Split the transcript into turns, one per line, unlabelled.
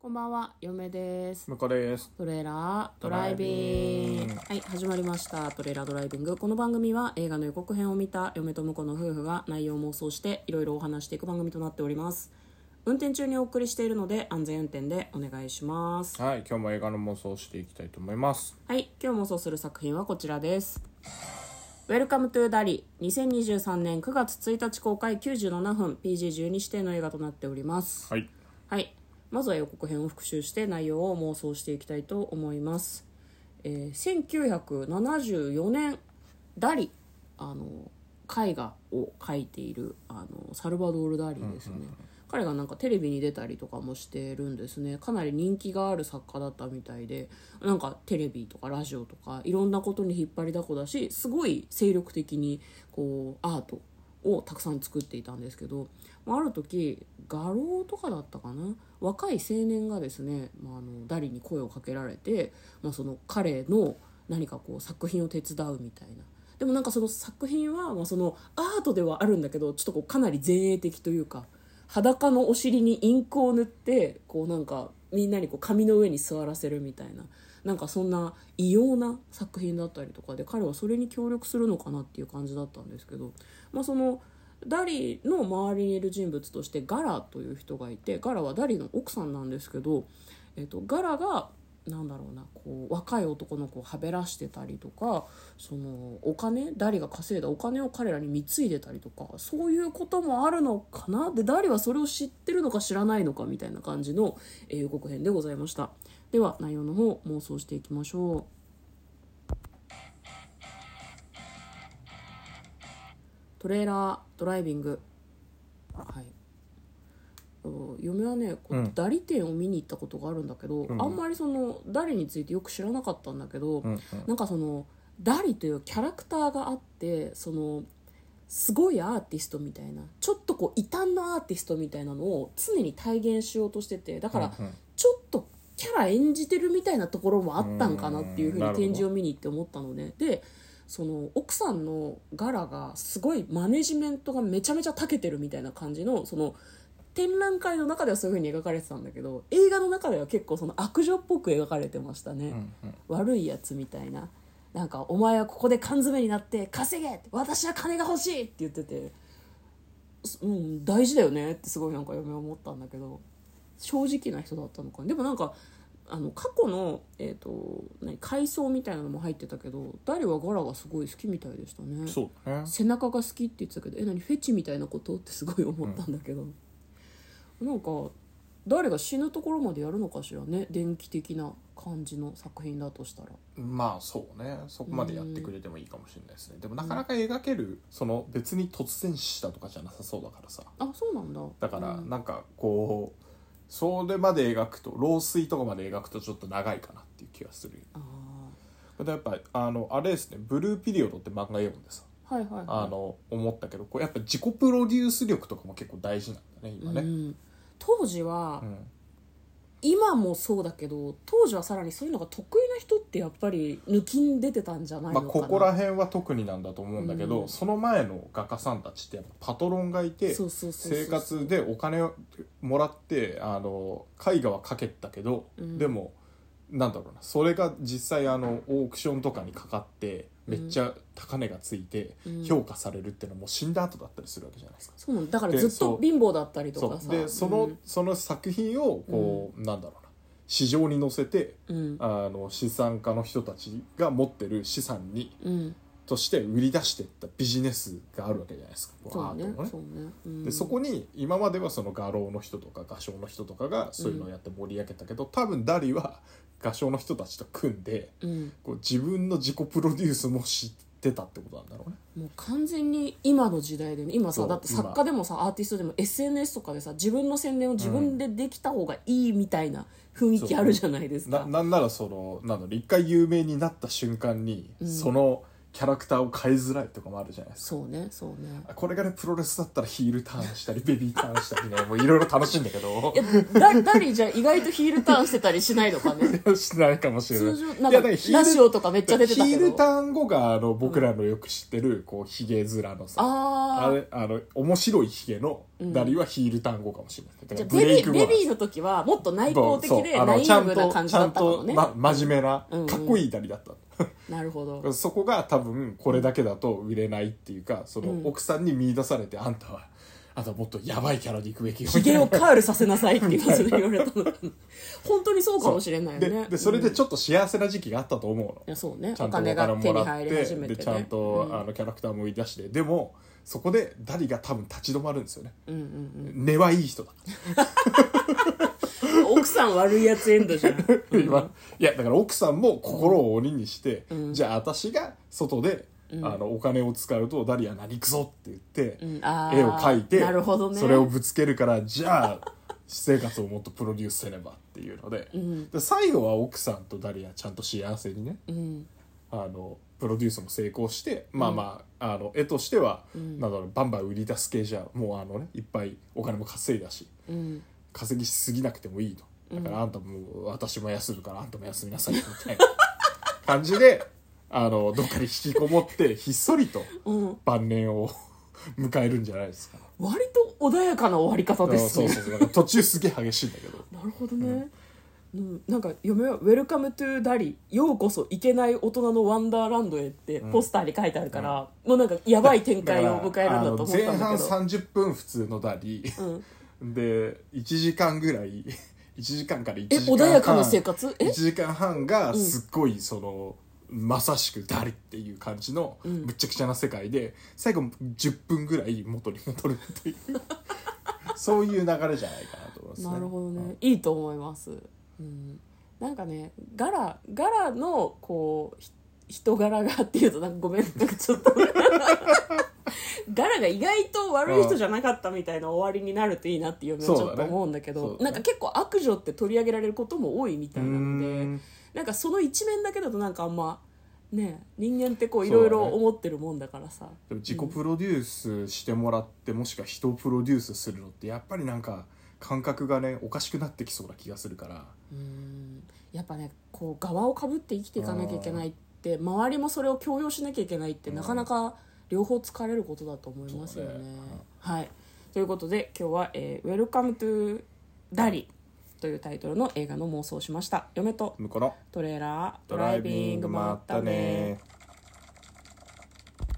こんばんは、嫁です。
向こうです。
トレーラードライビング。はい、始まりました。トレーラードライビング。この番組は映画の予告編を見た嫁と婿の夫婦が内容を妄想していろいろお話していく番組となっております。運転中にお送りしているので安全運転でお願いします。
はい、今日も映画の妄想をしていきたいと思います。
はい、今日妄想する作品はこちらです。Welcome to Dali 2023年9月1日公開97分 PG12 指定の映画となっております。
はい。
はい、まずは予告編を復習して内容を妄想していきたいと思います、えー1974年ダリあの絵画を描いているあのサルバドール・ダリですね、彼がなんかテレビに出たりとかもしてるんですねかなり人気がある作家だったみたいでなんかテレビとかラジオとかいろんなことに引っ張りだこだしすごい精力的にこうアートをたくさん作っていたんですけど、まあ、ある時画廊とかだったかな若い青年がですね、まあ、あのダリに声をかけられて、まあ、その彼の何かこう作品を手伝うみたいな。でもなんかその作品は、まあ、そのアートではあるんだけどちょっとこうかなり前衛的というか裸のお尻にインクを塗ってこうなんかみんなにこう紙の上に座らせるみたいななんかそんな異様な作品だったりとかで彼はそれに協力するのかなっていう感じだったんですけど、まあ、そのダリの周りにいる人物としてガラという人がいてガラはダリの奥さんなんですけど、えっとガラがなんだろうなこう若い男の子をはべらしてたりとかそのお金ダリが稼いだお金を彼らに貢いでたりとかそういうこともあるのかなでダリはそれを知ってるのか知らないのかみたいな感じの、えー予告編でございましたでは内容の方妄想していきましょうトレーラードライビングはいお嫁はねこう
うん
ダリ展を見に行ったことがあるんだけど、
うん
あんまりそのダリについてよく知らなかったんだけど、
うんうん。
なんかそのダリというキャラクターがあってそのすごいアーティストみたいなちょっとこう異端のアーティストみたいなのを常に体現しようとしててだから
うんうん
ちょっとキャラ演じてるみたいなところもあったんかなっていうふう
うんな
に
るほど
展示を見に行って思ったのねでその奥さんのガラがすごいマネジメントがめちゃめちゃ長けてるみたいな感じのその展覧会の中ではそういうふうに描かれてたんだけど映画の中では結構その悪女っぽく描かれてましたね。
うんうん
悪いやつみたいななんか「お前はここで缶詰になって稼げ私は金が欲しい!」って言ってて「うん大事だよね」ってすごいなんか嫁は思ったんだけど正直な人だったのかなでもなんかあの過去の、えー、と何回想みたいなのも入ってたけどダリはガラがすごい好きみたいでしたね
そうだね。
背中が好きって言ってたけど「え何フェチみたいなこと?」ってすごい思ったんだけど、なんか誰が死ぬところまでやるのかしらね電気的な感じの作品だとしたら
まあそうね。そこまでやってくれてもいいかもしれないですね。でもなかなか描ける、その別に突然死したとかじゃなさそうだからさ。
あそうなんだ
だか
う
ら
ん
なんかこう、それまで描くと、老衰とかまで描くとちょっと長いかなっていう気がする。
あ
またやっぱ、あの、あれですね、ブルーピリオドって漫画読んでさ、
ーはいはいはい
あの、思ったけど、こうやっぱ自己プロデュース力とかも結構大事なんだね、今
う
ね。
ん、当時は、
うん
今もそうだけど当時はさらにそういうのが得意な人ってやっぱり抜きん出てたんじゃないの
まあ、
かな、
ここら辺は特になんだと思うんだけど、
うん
その前の画家さんたちってやっぱパトロンがいて
そうそうそうそう
生活でお金をもらってあの絵画はかけたけど、
うん
でもなんだろうなそれが実際あのオークションとかにかかってめっちゃ高値がついて
うん
評価されるっていうのはもう死んだ後だったりするわけじゃないですか。
そうなんだから
で
ずっ
そ
と
う
貧乏だったりと
そ
か
う
さ
でその,、
うん
その作品をこう、なんだろうな市場に載せて
うん
あの資産家の人たちが持ってる資産に
うん
として売り出していったビジネスがあるわけじゃないですかこ
そうね
アートのね
そうね、うん
でそこに今まではその画廊の人とか画商の人とかがそういうのをやって盛り上げたけど、多分ダリは画商の人たちと組んで
うん
こう自分の自己プロデュースも知ってたってことなんだろうね。
もう完全に今の時代でね今
そ
さ
う
だって作家でもさアーティストでも SNS とかでさ自分の宣伝を自分でできた方がいいみたいな雰囲気あるじゃないですか、
ななんならそのなんだろう一回有名になった瞬間に、
うん
そのキャラクターを変えづらいとかもあるじゃないですか
そうねそうね
これがねプロレスだったらヒールターンしたりベビーターンしたりねもういろいろ楽しいんだけ ど
いやだダリーじゃあ意外とヒールターンしてたりし ないのかね
してないかもしれない
通常なん
いや
か
だらヒール
ラジオとかめっちゃ出てた
ヒ
け
ールタ
ど
ーン後があの僕らのよく知ってるこうヒゲ面のさ、
あ
あ
あ
れあの面白いヒゲのダリはヒール単語かもしれない、だか
じ
ら
ゃあベビー
後
ベ
だ
ビーの時はもっと内向的で
そうあの
ナイ
ちゃ
ー
ん
ブな
と
感じ
ちゃ
だ
ん
ったの
と、
ね
ま、真面目な
うんうん
かっこいいダリだった、
なるほど
そこが多分これだけだと売れないっていうかその
うん
奥さんに見出されて、あんたはあともっとやばいキャラで行くべきよ
ヒゲをカールさせなさいってまず言われたのかな本当にそうかもしれないよね
ででそれでちょっと幸せな時期があったと思うの、
いやそうね
ちゃ
お
んとお
金
金
が手
も
に
らっ
入
て
り始めて、ね、
でちゃんと、
うん
あのキャラクターも売り出してでもそこでダリが多分立ち止まるんですよね、
うんうん
根はいい人だ
うん、奥さん悪いやつエンドじゃん
今いやだから奥さんも心を鬼にして、
うん
じゃあ私が外で、あのお金を使うとダリは何くぞって言って、
うんあー
絵を描いて
なるほどね
それをぶつけるからじゃあ私生活をもっとプロデュースせねばっていうので,、
ん
で最後は奥さんとダリはちゃんと幸せにね
うん
あのプロデュースも成功してまあまあ,、あの絵としては、なんだろうバンバン売り出す系じゃもうあのねいっぱいお金も稼いだし
うん
稼ぎしすぎなくてもいいとだからあんたもう私も休むからあんたも休みなさいよみたいな 感じであのどっかに引きこもってひっそりと
うん
晩年を迎えるんじゃないですか。
割と穏やかな終わり方ですね
そうそうそうだから途中すげえ激しいんだけど
なるほどね、うんなんか嫁は「ウェルカム・トゥ・ダリようこそ行けない大人のワンダーランドへ」ってポスターに書いてあるから、もうなんかやばい展開を迎えるんだと思ったんだけど
あの前半30分普通のダリ
うん、
で1時間ぐらい1時 間から1
え
時間
穏やかな生活え
1時間半がすっごいその、まさしく誰っていう感じの
ん
むっちゃくちゃな世界で、最後10分ぐらい元に戻るっていう そういう流れじゃないかなと思いますね
なるほどね、いいと思います、うん、なんかねガラガラのこうひ人柄がっていうとなんかごめんなんかちょっと ガラが意外と悪い人じゃなかったみたいな終わりになるといいなっていうのはちょ
そ
っ
う
と
だね
思うんだけど
そうだね
なんか結構悪女って取り上げられることも多いみた
う
い
ー
なので
ん
なんかその一面だけだとなんかあんまね人間ってこういろいろ
そうだね
思ってるもんだからさ
でも自己プロデュースしてもらって、もしくは人をプロデュースするのってやっぱりなんか感覚がねおかしくなってきそうな気がするから
うんやっぱねこう側をかぶって生きていかなきゃいけないって周りもそれを強要しなきゃいけないって、
うん
なかなか両方疲れることだと思いますよね。
そうだね
はい、ということで今日は、えー「Welcome to Dali」というタイトルの映画の妄想をしました。嫁と
向こうの
トレーラード
ドライビングもあったね